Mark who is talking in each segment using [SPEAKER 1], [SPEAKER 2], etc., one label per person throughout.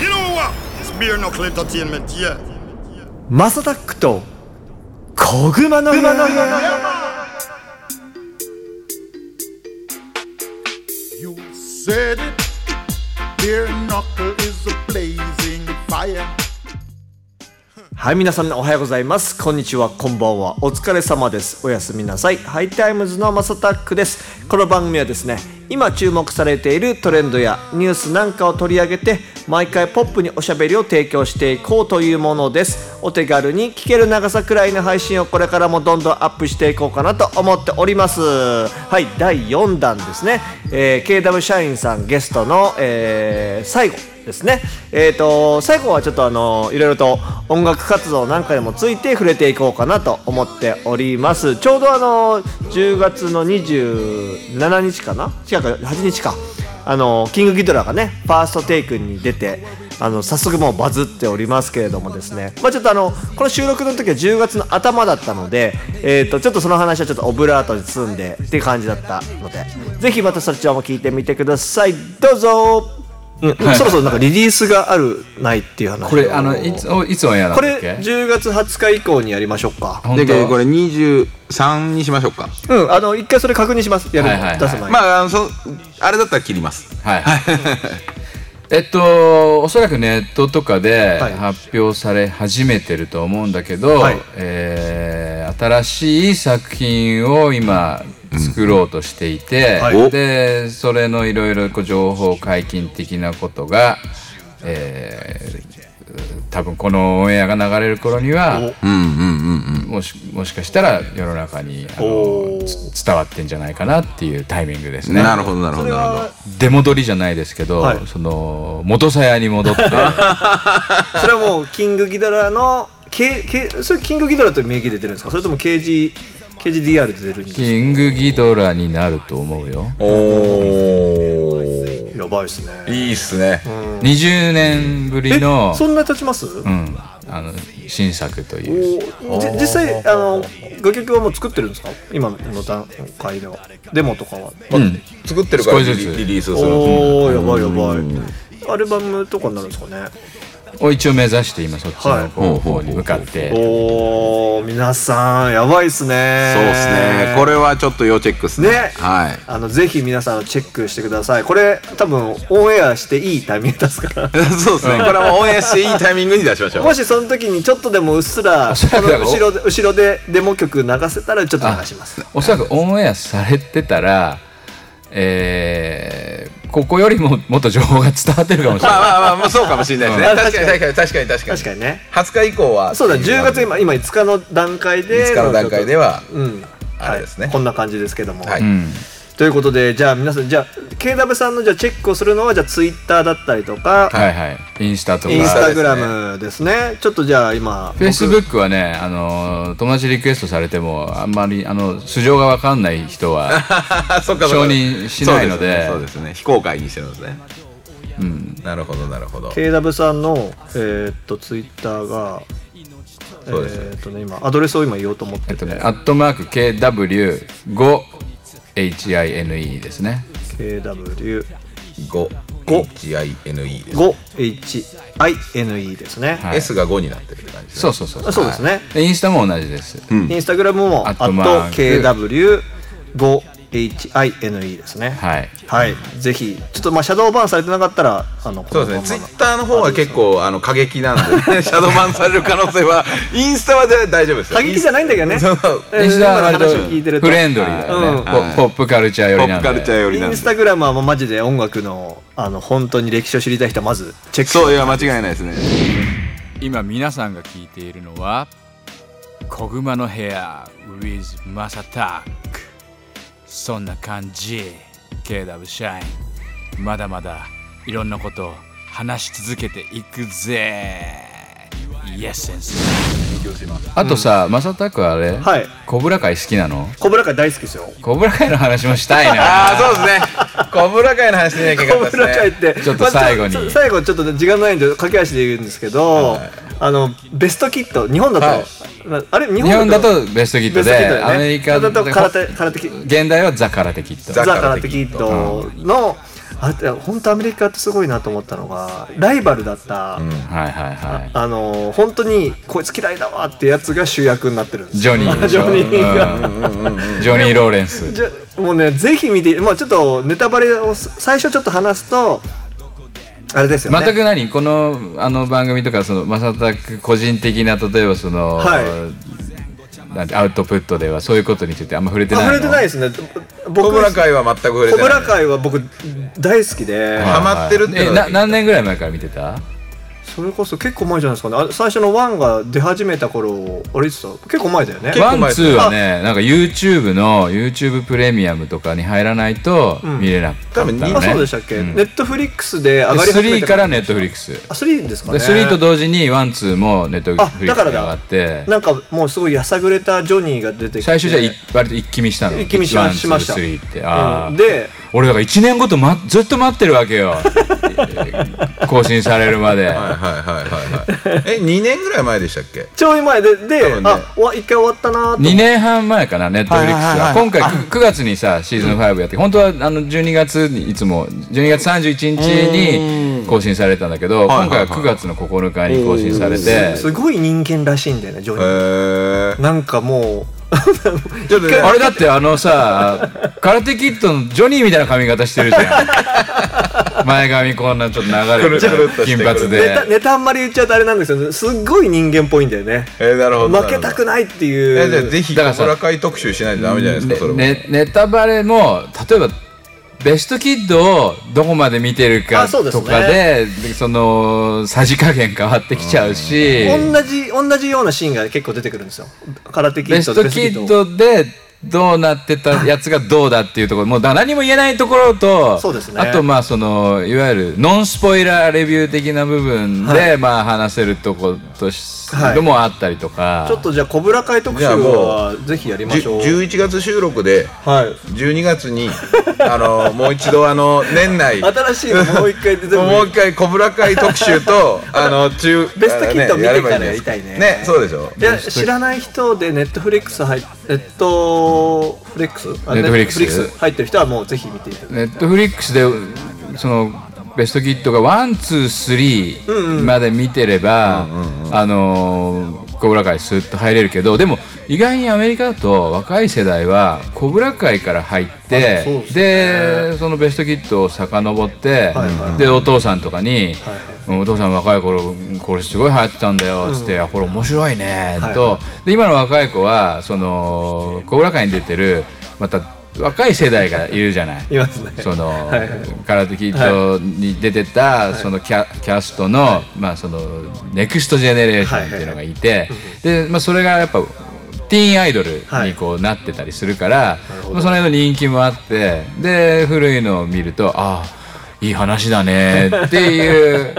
[SPEAKER 1] You know what? It's beer knuckle entertainment, yeah.
[SPEAKER 2] マサタックと小熊の馬の山
[SPEAKER 3] You said it. Beer knuckle is a blazing fire.
[SPEAKER 2] はい皆さんおはようございますこんにちはこんばんはお疲れ様ですおやすみなさいハイタイムズのマサタックですこの番組はですね今注目されているトレンドやニュースなんかを取り上げて毎回ポップにおしゃべりを提供していこうというものですお手軽に聞ける長さくらいの配信をこれからもどんどんアップしていこうかなと思っておりますはい第4弾ですね、えー KW 社員さんゲストの、えー最後ですね。えっ、と、最後はちょっとあの、いろいろと音楽活動なんかでもついて触れていこうかなと思っております。ちょうどあの、10月の27日かな違うか、8日か。あの、キングギドラがね、ファーストテイクに出て、あの早速もうバズっておりますけれどもですね、まあ、ちょっとあのこの収録の時は10月の頭だったので、えー、とちょっとその話はちょっとオブラートに包んでっていう感じだったのでぜひまたそちらも聞いてみてくださいどうぞ、うん
[SPEAKER 4] はい
[SPEAKER 2] そろそろなんかリリースがあるないっていう話
[SPEAKER 4] これあのいつおいつオンエアなん
[SPEAKER 2] こ
[SPEAKER 4] だ
[SPEAKER 2] れ
[SPEAKER 4] っけ
[SPEAKER 2] 10月20日以降にやりましょうか
[SPEAKER 4] 本
[SPEAKER 5] で
[SPEAKER 4] 当
[SPEAKER 5] これ23にしましょうか
[SPEAKER 2] うんあの一回それ確認しますやる、
[SPEAKER 4] はいはいはい
[SPEAKER 2] 出す前に、
[SPEAKER 5] まああのそあれだったら切ります
[SPEAKER 4] はい えっとおそらくネットとかで
[SPEAKER 2] はい
[SPEAKER 4] 発表され始めてると思うんだけど、
[SPEAKER 2] はい
[SPEAKER 4] えー新しい作品を今作ろうとしていて、
[SPEAKER 5] はい
[SPEAKER 4] でそれのいろいろこう情報解禁的なことが、えー多分このオンエアが流れる頃には
[SPEAKER 5] うんうんうんうん
[SPEAKER 4] もしもしかしたら世の中にあのつ伝わってんじゃないかなっていうタイミングですね。
[SPEAKER 5] なるほどなるほどなるほど
[SPEAKER 4] 出戻りじゃないですけど、
[SPEAKER 2] はい
[SPEAKER 4] その元さやに戻って
[SPEAKER 2] それはもうキングギドラの、K K、それキングギドラという名義で出てるんですかそれとも KG KGDR で出るんですか
[SPEAKER 4] キングギドラになると思うよ
[SPEAKER 5] おー
[SPEAKER 2] やばいですね
[SPEAKER 5] いいっすね
[SPEAKER 4] 20年ぶりの
[SPEAKER 2] えそんな経ちます、
[SPEAKER 4] うん、あの新作という
[SPEAKER 2] おじ実際あの楽曲はもう作ってるんですか今の段階ではデモとかは、
[SPEAKER 4] うん
[SPEAKER 5] 作ってるか
[SPEAKER 4] 少
[SPEAKER 5] ら
[SPEAKER 4] し
[SPEAKER 5] リ
[SPEAKER 4] ずつ
[SPEAKER 5] リリリースする
[SPEAKER 2] おおやばいやばいアルバムとかになるんですかね
[SPEAKER 4] を一応目指して今そっち
[SPEAKER 2] はい
[SPEAKER 4] の方方に向かって、
[SPEAKER 2] おお皆さんやばいっすね
[SPEAKER 5] そうっすねこれはちょっと要チェックっすね
[SPEAKER 2] ね
[SPEAKER 5] はい
[SPEAKER 2] あのぜひ皆さんチェックしてくださいこれ多分オンエアしていいタイミングです から
[SPEAKER 5] そうですね。これはもうオンエアしていいタイミングに出 しましょう。
[SPEAKER 2] もしその時にちょっとでもうっすら
[SPEAKER 4] おそら
[SPEAKER 2] こ
[SPEAKER 4] くだ
[SPEAKER 2] の
[SPEAKER 4] ろ
[SPEAKER 2] 後ろで後ろでデモ曲流せたらちょっと流します
[SPEAKER 4] おそらくオンエアされてたら、えーここよりももっと情報が伝わってるかもしれ
[SPEAKER 5] まあ
[SPEAKER 4] ない。
[SPEAKER 5] まあまあまあ、そうかもしれないですね。
[SPEAKER 2] うん
[SPEAKER 5] 確かに確かに確かに確かに。
[SPEAKER 2] 確かにね
[SPEAKER 5] 20日以降は。
[SPEAKER 2] そうだ10月今今5日の段階で
[SPEAKER 5] いつかの段階で は、
[SPEAKER 2] うん
[SPEAKER 5] あれですね
[SPEAKER 2] はいこんな感じですけども、
[SPEAKER 5] はい
[SPEAKER 4] うん
[SPEAKER 2] ということでじゃあ皆さんじゃあ KW さんのじゃあチェックをするのはじゃあツイッターだったりとか、
[SPEAKER 4] はいはい、インスタとか
[SPEAKER 2] インスタグラ
[SPEAKER 5] イン
[SPEAKER 2] ムですねちょっとじゃあ今
[SPEAKER 4] フェイス
[SPEAKER 2] 僕
[SPEAKER 4] ブックはね、あの友達リクエストされてもあんまりあの素性がわかんない人は、
[SPEAKER 5] あそっかそっか
[SPEAKER 4] 承認しないので
[SPEAKER 5] そうですねそうですね非公開にしてるんですねうんなるほどなるほど
[SPEAKER 2] KW さんのえーっとツイッターが
[SPEAKER 5] そうです
[SPEAKER 2] えーっとね今アドレスを今言おうと思って、
[SPEAKER 4] えってとね、アットマーク KW5HINE ですね。
[SPEAKER 5] 5HINE です
[SPEAKER 2] KW5HINE ですね、
[SPEAKER 4] はい
[SPEAKER 5] S が5になってるって感じです
[SPEAKER 4] そうそうそう
[SPEAKER 2] あそうですね、
[SPEAKER 4] でインスタも同じです。
[SPEAKER 2] インスタグラムも
[SPEAKER 4] アットマーク
[SPEAKER 2] @KW5HINE ですね。い。
[SPEAKER 4] はい。
[SPEAKER 2] はい、ぜひちょっとまあシャドーバンされてなかったらあの
[SPEAKER 5] そうです
[SPEAKER 2] こ
[SPEAKER 5] ねツイ
[SPEAKER 2] のまま
[SPEAKER 5] ッターの方は結構あの過激なん でシャドーバンされる可能性はインスタは大丈夫ですよ
[SPEAKER 2] 過激じゃないんだけどね。
[SPEAKER 5] そうそう
[SPEAKER 2] えー
[SPEAKER 4] インスタは
[SPEAKER 2] 今の
[SPEAKER 4] 割と
[SPEAKER 2] 話を聞いてると
[SPEAKER 4] フレンドリーだよね。
[SPEAKER 2] うん
[SPEAKER 4] ポポップカルチャー
[SPEAKER 5] ポ
[SPEAKER 4] 寄りな
[SPEAKER 5] ップ
[SPEAKER 4] んで。
[SPEAKER 5] カルチャー寄り
[SPEAKER 2] イ
[SPEAKER 5] なん
[SPEAKER 2] ン
[SPEAKER 5] で
[SPEAKER 2] スタグラムはもうマジで音楽のあの本当に歴史を知りたい人はまずチェック。
[SPEAKER 5] そういや間違いないですね
[SPEAKER 4] 今皆さんが聞いているのは「小熊の部屋 with マサタック」そんな感じ KW 社員まだまだいろんなことを話し続けていくぜイエス先生あとさ、マサタックはあれ、
[SPEAKER 2] はい。
[SPEAKER 4] コブラ会好きなの
[SPEAKER 2] コブラ会大好きですよ。
[SPEAKER 4] コブラ会の話もしたい
[SPEAKER 5] あ
[SPEAKER 4] な
[SPEAKER 5] あそうですね小村会の話しなきゃいけな
[SPEAKER 2] コ
[SPEAKER 5] かっ
[SPEAKER 2] ブ
[SPEAKER 5] た
[SPEAKER 2] ラ会
[SPEAKER 5] で
[SPEAKER 2] っ
[SPEAKER 5] すね
[SPEAKER 2] て、
[SPEAKER 4] ちょっと最後に
[SPEAKER 2] まあちょ最後ちょっとね時間ないんで駆け足で言うんですけど、あのベストキット日本だと、
[SPEAKER 5] はい
[SPEAKER 2] まああれ日
[SPEAKER 4] 日
[SPEAKER 2] 本
[SPEAKER 4] 本
[SPEAKER 2] だ
[SPEAKER 4] だ
[SPEAKER 2] と
[SPEAKER 4] とベストギッ
[SPEAKER 2] ベ
[SPEAKER 4] ト
[SPEAKER 2] ス
[SPEAKER 4] で
[SPEAKER 2] トキットだよね
[SPEAKER 4] アメリカ
[SPEAKER 2] だと空手
[SPEAKER 4] で
[SPEAKER 2] 空手キット
[SPEAKER 4] 現代はザ・カラテキット
[SPEAKER 2] ザ・
[SPEAKER 5] ザ
[SPEAKER 2] カ
[SPEAKER 5] カ
[SPEAKER 2] ラ
[SPEAKER 5] ラ
[SPEAKER 2] テ
[SPEAKER 5] テ
[SPEAKER 2] キ
[SPEAKER 5] キ
[SPEAKER 2] ッ
[SPEAKER 5] ッ
[SPEAKER 2] トの、あと本当アメリカってすごいなと思ったのがライバルだった、
[SPEAKER 4] はいはいはい
[SPEAKER 2] あの本当にこいつ嫌いだわってやつが主役になってるんです
[SPEAKER 4] ジョニーでしょ
[SPEAKER 2] ジョニーが
[SPEAKER 4] うんジョニー・ローレンス
[SPEAKER 2] じゃもうねぜひ見て、まあ、ちょっとネタバレをす最初ちょっと話すとあれですよね
[SPEAKER 4] 全く何このあの番組とかその正く個人的な例えばその、
[SPEAKER 2] は
[SPEAKER 4] なんてアウトプットではそういうことについてあんま触れて
[SPEAKER 2] あ
[SPEAKER 4] ない
[SPEAKER 2] 触
[SPEAKER 4] の
[SPEAKER 2] れてないですね僕
[SPEAKER 5] コブラ会は全く触れ
[SPEAKER 2] コ
[SPEAKER 5] て
[SPEAKER 2] ブ
[SPEAKER 5] な
[SPEAKER 2] ラ
[SPEAKER 5] い
[SPEAKER 2] 会は僕大好きで、
[SPEAKER 5] ハマってるって
[SPEAKER 4] え
[SPEAKER 5] の
[SPEAKER 4] な
[SPEAKER 5] だ
[SPEAKER 4] 何年ぐらい前から見てた
[SPEAKER 2] それこそ結構前じゃないですかねあ最初のワンが出始めた頃あれいつだ結構前だよね
[SPEAKER 4] ワ
[SPEAKER 5] 構前
[SPEAKER 4] ンツーはねなんか YouTube の YouTube プレミアムとかに入らないと見れなか
[SPEAKER 5] 多
[SPEAKER 4] ったの
[SPEAKER 5] 分
[SPEAKER 4] ね、
[SPEAKER 5] に
[SPEAKER 2] あそうでしたっけ、
[SPEAKER 4] うん
[SPEAKER 2] ネットフリックスで上がり始め
[SPEAKER 4] 3
[SPEAKER 2] て
[SPEAKER 4] からネットフリックス
[SPEAKER 2] あ3ですかね
[SPEAKER 4] 3と同時にワンツーもネットフリックスに上がって
[SPEAKER 2] なんかもうすごいやさぐれたジョニーが出てきて
[SPEAKER 4] 最初じゃあい割と一気見したの
[SPEAKER 2] 一気見しましました
[SPEAKER 4] ワンツースリーってああ、
[SPEAKER 2] うんで
[SPEAKER 4] 俺だから1年ごと、ま、ずっと待ってるわけよ 更新されるまで
[SPEAKER 5] はいはいはいはいはいえ2年ぐらい前でしたっけ
[SPEAKER 2] ちょい前でで、
[SPEAKER 5] 分ね
[SPEAKER 2] あお一回終わったなーと
[SPEAKER 4] 2年半前かなネットフリック
[SPEAKER 2] はい
[SPEAKER 4] ス
[SPEAKER 2] はい
[SPEAKER 4] が
[SPEAKER 2] はい
[SPEAKER 4] 今回 9, 月にさシーズン5やって本当はあの12月にいつも12月31日に更新されたんだけど
[SPEAKER 5] はいはい
[SPEAKER 4] 今回は9月の9日に更新されて
[SPEAKER 2] すごい人間らしいんだよねジョニ
[SPEAKER 5] へ
[SPEAKER 2] ー、
[SPEAKER 5] え
[SPEAKER 2] なんかも
[SPEAKER 5] ちょっとね
[SPEAKER 4] あれだってあのさ空手キッドのジョニーみたいな髪型してるじ ゃん前髪こんなちょっと流れ
[SPEAKER 5] くるくるっとして
[SPEAKER 4] 金
[SPEAKER 5] くる
[SPEAKER 4] 髪
[SPEAKER 2] うネタ
[SPEAKER 4] で
[SPEAKER 2] ネタあんまり言っちゃうとあれなんですけどすっごい人間っぽいんだよね
[SPEAKER 5] えーなるほど
[SPEAKER 2] 負けたく
[SPEAKER 5] な
[SPEAKER 2] ないって
[SPEAKER 5] るほどえじゃあ
[SPEAKER 2] いう
[SPEAKER 5] ぜひ
[SPEAKER 4] だ
[SPEAKER 5] コ
[SPEAKER 4] からさ
[SPEAKER 5] ブラ会特集しないとダメじゃないですかそれも
[SPEAKER 4] ねネタバレも例えばベストキッドをどこまで見てるか
[SPEAKER 2] あそうです
[SPEAKER 4] と
[SPEAKER 2] ね
[SPEAKER 4] かででそのさじ加減変わってきちゃうし
[SPEAKER 2] 同じ同じようなシーンが結構出てくるんですよ空手キ
[SPEAKER 4] ベ
[SPEAKER 2] ッ
[SPEAKER 4] ス
[SPEAKER 2] ド
[SPEAKER 4] トキッドでどうなってたやつがどうだっていうところもうだから何も言えないところと
[SPEAKER 2] そうですね
[SPEAKER 4] あとまあそのいわゆるノンスポイラーレビュー的な部分
[SPEAKER 2] は
[SPEAKER 4] でまあ話せるとことし
[SPEAKER 2] はい
[SPEAKER 4] のもあったりとか
[SPEAKER 2] ちょっとじゃあ小倉会特集
[SPEAKER 5] じゃあもう
[SPEAKER 2] はぜひやりま
[SPEAKER 5] じゅ
[SPEAKER 2] しょう
[SPEAKER 5] 11月収録で
[SPEAKER 2] はい
[SPEAKER 5] 12月にあのもう一度あの年内も
[SPEAKER 2] 新しいのもう一回 出ても
[SPEAKER 5] う一回小倉会特 集とあの中
[SPEAKER 2] ベストキッド
[SPEAKER 5] あの
[SPEAKER 2] 見てから
[SPEAKER 5] ればんじゃなです
[SPEAKER 2] やりたいね
[SPEAKER 5] ねそうでしょ
[SPEAKER 2] いや知らない人でネットフリックス入っネットフレックスあ
[SPEAKER 4] Netflix
[SPEAKER 2] Netflix 入ってる人はもうぜひ見ていただき
[SPEAKER 4] ネットフリックスでそのベストキッドがワンツースリーまで見てれば、あのー、コブラ会スッと入れるけどでも意外にアメリカだと若い世代はコブラ会から入って
[SPEAKER 2] あそうです
[SPEAKER 4] で,、そのベストキッドを遡って、でお父さんとかに、お父さん若い頃これすごい流行ってたんだよ」っつって「あこれ面白いね」
[SPEAKER 2] はい
[SPEAKER 4] と、で今の若い子はそのコブラ会に出てるまた若い世代がいるじゃない。
[SPEAKER 2] ますね
[SPEAKER 4] その、
[SPEAKER 2] はいはい
[SPEAKER 4] 空手キッドに出てた、そのキャキャストの、まあそのネクストジェネレーションっていうのがいて、で、まあそれがやっぱティーンアイドルにこうなってたりするから、まあその辺の人気もあって、で古いのを見ると、ああ。いい話だねっていう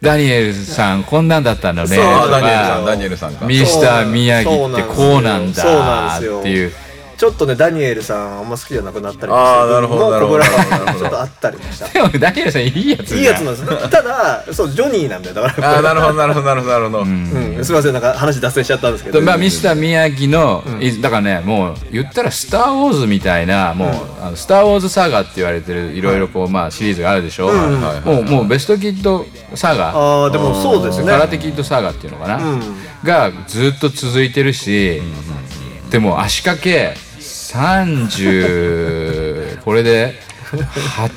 [SPEAKER 4] ダニエルさんこんなんだったのねと
[SPEAKER 2] そう
[SPEAKER 5] あダニエルさん
[SPEAKER 4] か
[SPEAKER 5] ダニエルさんか
[SPEAKER 4] ミスター宮城ってこうなん
[SPEAKER 2] そうな
[SPEAKER 4] だ
[SPEAKER 2] ん
[SPEAKER 4] っ
[SPEAKER 2] ですよ
[SPEAKER 4] ていう
[SPEAKER 2] ちょっとねダニエルさんあんま好きじゃなくなったりも
[SPEAKER 5] あーなるほど
[SPEAKER 2] もう小倉
[SPEAKER 5] なるほどなる
[SPEAKER 2] 会
[SPEAKER 5] ほど
[SPEAKER 2] ちょっとあったりもした
[SPEAKER 4] でもダニエルさんいいやつじゃん
[SPEAKER 2] いいやつなんですただそうジョニーなんだよだから
[SPEAKER 5] あーなるほどなるほどなるほどなるほど、
[SPEAKER 2] うん、すみません、なんか話脱線しちゃったんですけど、
[SPEAKER 4] まあ、ミスター宮城の、いだからねもう言ったら「スター・ウォーズ」みたいなもう、あのスター・ウォーズサガって言われてるいろいろこう、まあ、シリーズがあるでしょ、
[SPEAKER 5] はい
[SPEAKER 4] もうもうベストキッドサガ
[SPEAKER 2] ああ、でもそうですね。
[SPEAKER 4] 空手キッドサガっていうのかな、
[SPEAKER 2] うん
[SPEAKER 4] がずっと続いてるし、でも足掛け30これでは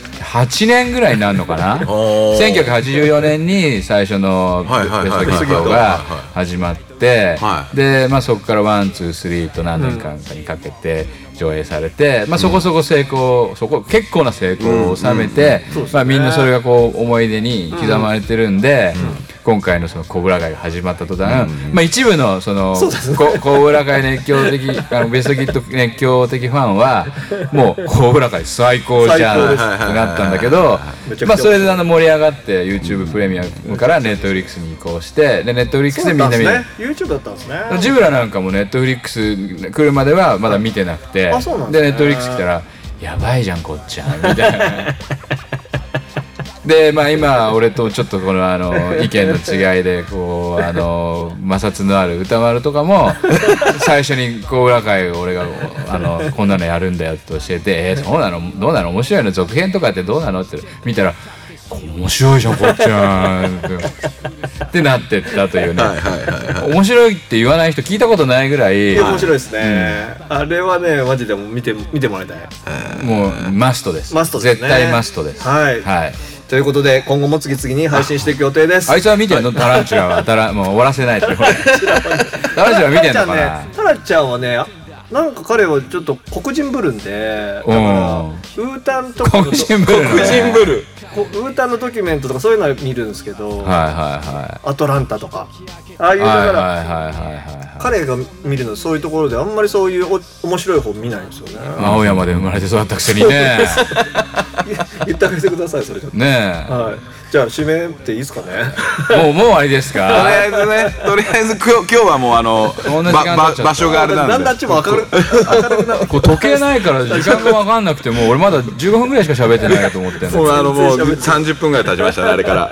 [SPEAKER 4] 8年ぐらいになるのかな
[SPEAKER 5] おー
[SPEAKER 4] 1984年に最初の「
[SPEAKER 5] はいはいはい
[SPEAKER 4] ベストキッド」が始まって、
[SPEAKER 5] はい
[SPEAKER 4] で、まあ、そこからワンツースリーと何年間かにかけて上映されて、まあ、そこそこ成功そこ結構な成功を収めて、まあ、みんなそれがこう思い出に刻まれてるんで、今回のそのコブラ会が始まった途端、まあ、一部のそのこコブラ会熱 狂的あのベストキッド熱狂的ファンはもうコブラ会最高じゃ
[SPEAKER 2] 最
[SPEAKER 4] ん
[SPEAKER 2] 高
[SPEAKER 4] って
[SPEAKER 2] です
[SPEAKER 4] なったんだけど
[SPEAKER 2] めちゃくちゃ面白い
[SPEAKER 4] まあそれであの盛り上がって YouTube プレミアムから Netflix に移行してで Netflix
[SPEAKER 2] そ
[SPEAKER 4] で
[SPEAKER 2] う
[SPEAKER 4] み
[SPEAKER 2] だ
[SPEAKER 4] んな
[SPEAKER 2] った
[SPEAKER 4] 見
[SPEAKER 2] んです
[SPEAKER 4] る
[SPEAKER 2] ね。YouTube だったんですね。
[SPEAKER 4] ジブラなんかもネットフリックス来るまではまだ見てなくて、
[SPEAKER 2] あそうなん
[SPEAKER 4] で
[SPEAKER 2] ですね
[SPEAKER 4] ネットフリックス来たら「やばいじゃんこっちゃん」みたいなでまあ今俺とちょっとこの あの意見の違いでこうあの摩擦のある歌丸とか も最初にこう裏会を俺があのこんなのやるんだよって教えて「えーそうなのどうなの面白いの続編とかってどうなの?」って見たら「面白いじゃんこっちゃん」ってなってったというね面白いって言わない人聞いたことないぐらい
[SPEAKER 2] 面白いですね、あれはねマジでもう見て見てもらいたい
[SPEAKER 4] もうマストです
[SPEAKER 2] マストですね
[SPEAKER 4] 絶対マストです
[SPEAKER 2] はい
[SPEAKER 4] はい
[SPEAKER 2] ということで今後も次々に配信していく予定です
[SPEAKER 4] あいつは見てんのタランチュラはタラもう終わらせないってこれタランチュラ見てんのかな
[SPEAKER 2] タラちゃんはねあなんか彼はちょっと黒人ぶるんでだから
[SPEAKER 4] うん
[SPEAKER 2] ウータンとかの
[SPEAKER 4] 黒人ぶるね
[SPEAKER 5] 黒人ブル
[SPEAKER 2] こウータンのドキュメントとかそういうのは見るんですけど、
[SPEAKER 4] はいは
[SPEAKER 2] アトランタとかああい
[SPEAKER 4] いうはい
[SPEAKER 2] だか
[SPEAKER 4] はいはい
[SPEAKER 2] ら、
[SPEAKER 4] はいはいはい
[SPEAKER 2] 彼が見るのそういうところであんまりそういうお面白い方見ないんですよ ね
[SPEAKER 4] 青山で生まれて育ったくせにね
[SPEAKER 2] 言ってあげてくださいそれちょっ
[SPEAKER 4] ね
[SPEAKER 2] とはいじゃあ締めていいですかね
[SPEAKER 4] えもうもう終わりです
[SPEAKER 5] とりあ
[SPEAKER 4] か
[SPEAKER 5] えずねとりあえず今日今日はもうあの
[SPEAKER 4] んな時間
[SPEAKER 5] ばば
[SPEAKER 4] 経っちゃった
[SPEAKER 5] 場所があれ
[SPEAKER 2] だ
[SPEAKER 5] なんん
[SPEAKER 2] だんあ
[SPEAKER 5] で
[SPEAKER 2] っちも明るく明るくなって
[SPEAKER 4] こう時計ないから時間が分かんなくてもう俺まだ15分ぐらいしか喋ってないかと思ってんの
[SPEAKER 5] もうあのもう
[SPEAKER 2] 全然喋って
[SPEAKER 5] 30分ぐらい経ちましたねあれ から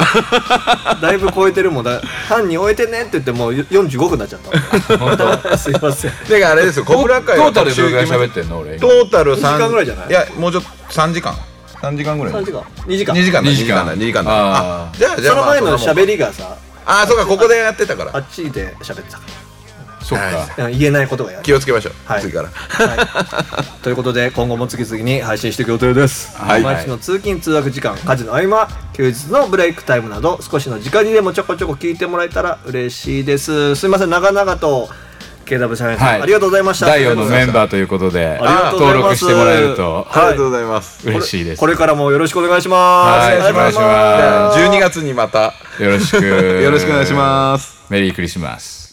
[SPEAKER 2] だいぶ超えてるもんだ犯人終えてねって言ってもう45分になっちゃった
[SPEAKER 4] 本当
[SPEAKER 2] すいません
[SPEAKER 5] だからあれですよ、
[SPEAKER 4] ト
[SPEAKER 5] 小倉会
[SPEAKER 4] ータルでどれぐらい喋
[SPEAKER 5] て
[SPEAKER 4] ってんの俺
[SPEAKER 5] ト
[SPEAKER 4] 今
[SPEAKER 5] ータル三
[SPEAKER 2] 二時間ぐらいじゃない
[SPEAKER 5] いや、もうちょっと3時間。3時間ぐらい。
[SPEAKER 2] 3時間2時間
[SPEAKER 5] 2時間だ、
[SPEAKER 4] 2
[SPEAKER 5] 2
[SPEAKER 4] 時
[SPEAKER 5] 時
[SPEAKER 4] 間
[SPEAKER 5] 間だ、2時間だ。
[SPEAKER 4] あー
[SPEAKER 5] あ、じゃあ、じゃ
[SPEAKER 2] そ
[SPEAKER 5] あ、
[SPEAKER 2] の前の
[SPEAKER 5] り。
[SPEAKER 2] 喋りがさ
[SPEAKER 5] あー、そうか、ここでやってたから
[SPEAKER 2] あ。っちで喋ってたか
[SPEAKER 4] そっか
[SPEAKER 2] ら言えないことがやる
[SPEAKER 5] 気をつけましょう
[SPEAKER 2] は、い
[SPEAKER 5] 次から。
[SPEAKER 2] はい、ということで今後も次々に配信していく予定です、
[SPEAKER 5] はい
[SPEAKER 2] 毎日の通勤通学時間家事の合間休日のブレイクタイムなど少しの時間にでもちょこちょこ聞いてもらえたら嬉しいですすいません長々と KW 社員さん、
[SPEAKER 4] はい
[SPEAKER 2] ありがとうございました
[SPEAKER 4] 第4のメン
[SPEAKER 2] ー
[SPEAKER 4] バーということで
[SPEAKER 2] ありがとうござ
[SPEAKER 4] 登
[SPEAKER 2] いま
[SPEAKER 4] 録
[SPEAKER 2] す
[SPEAKER 4] してもらえると
[SPEAKER 5] ありがとうございます。
[SPEAKER 4] 嬉しいです
[SPEAKER 2] これからもよろしくお願いします、
[SPEAKER 4] はいお願いします
[SPEAKER 5] 12月にまた、
[SPEAKER 4] よろしく
[SPEAKER 5] よろしくお願いします。
[SPEAKER 4] メリークリスマス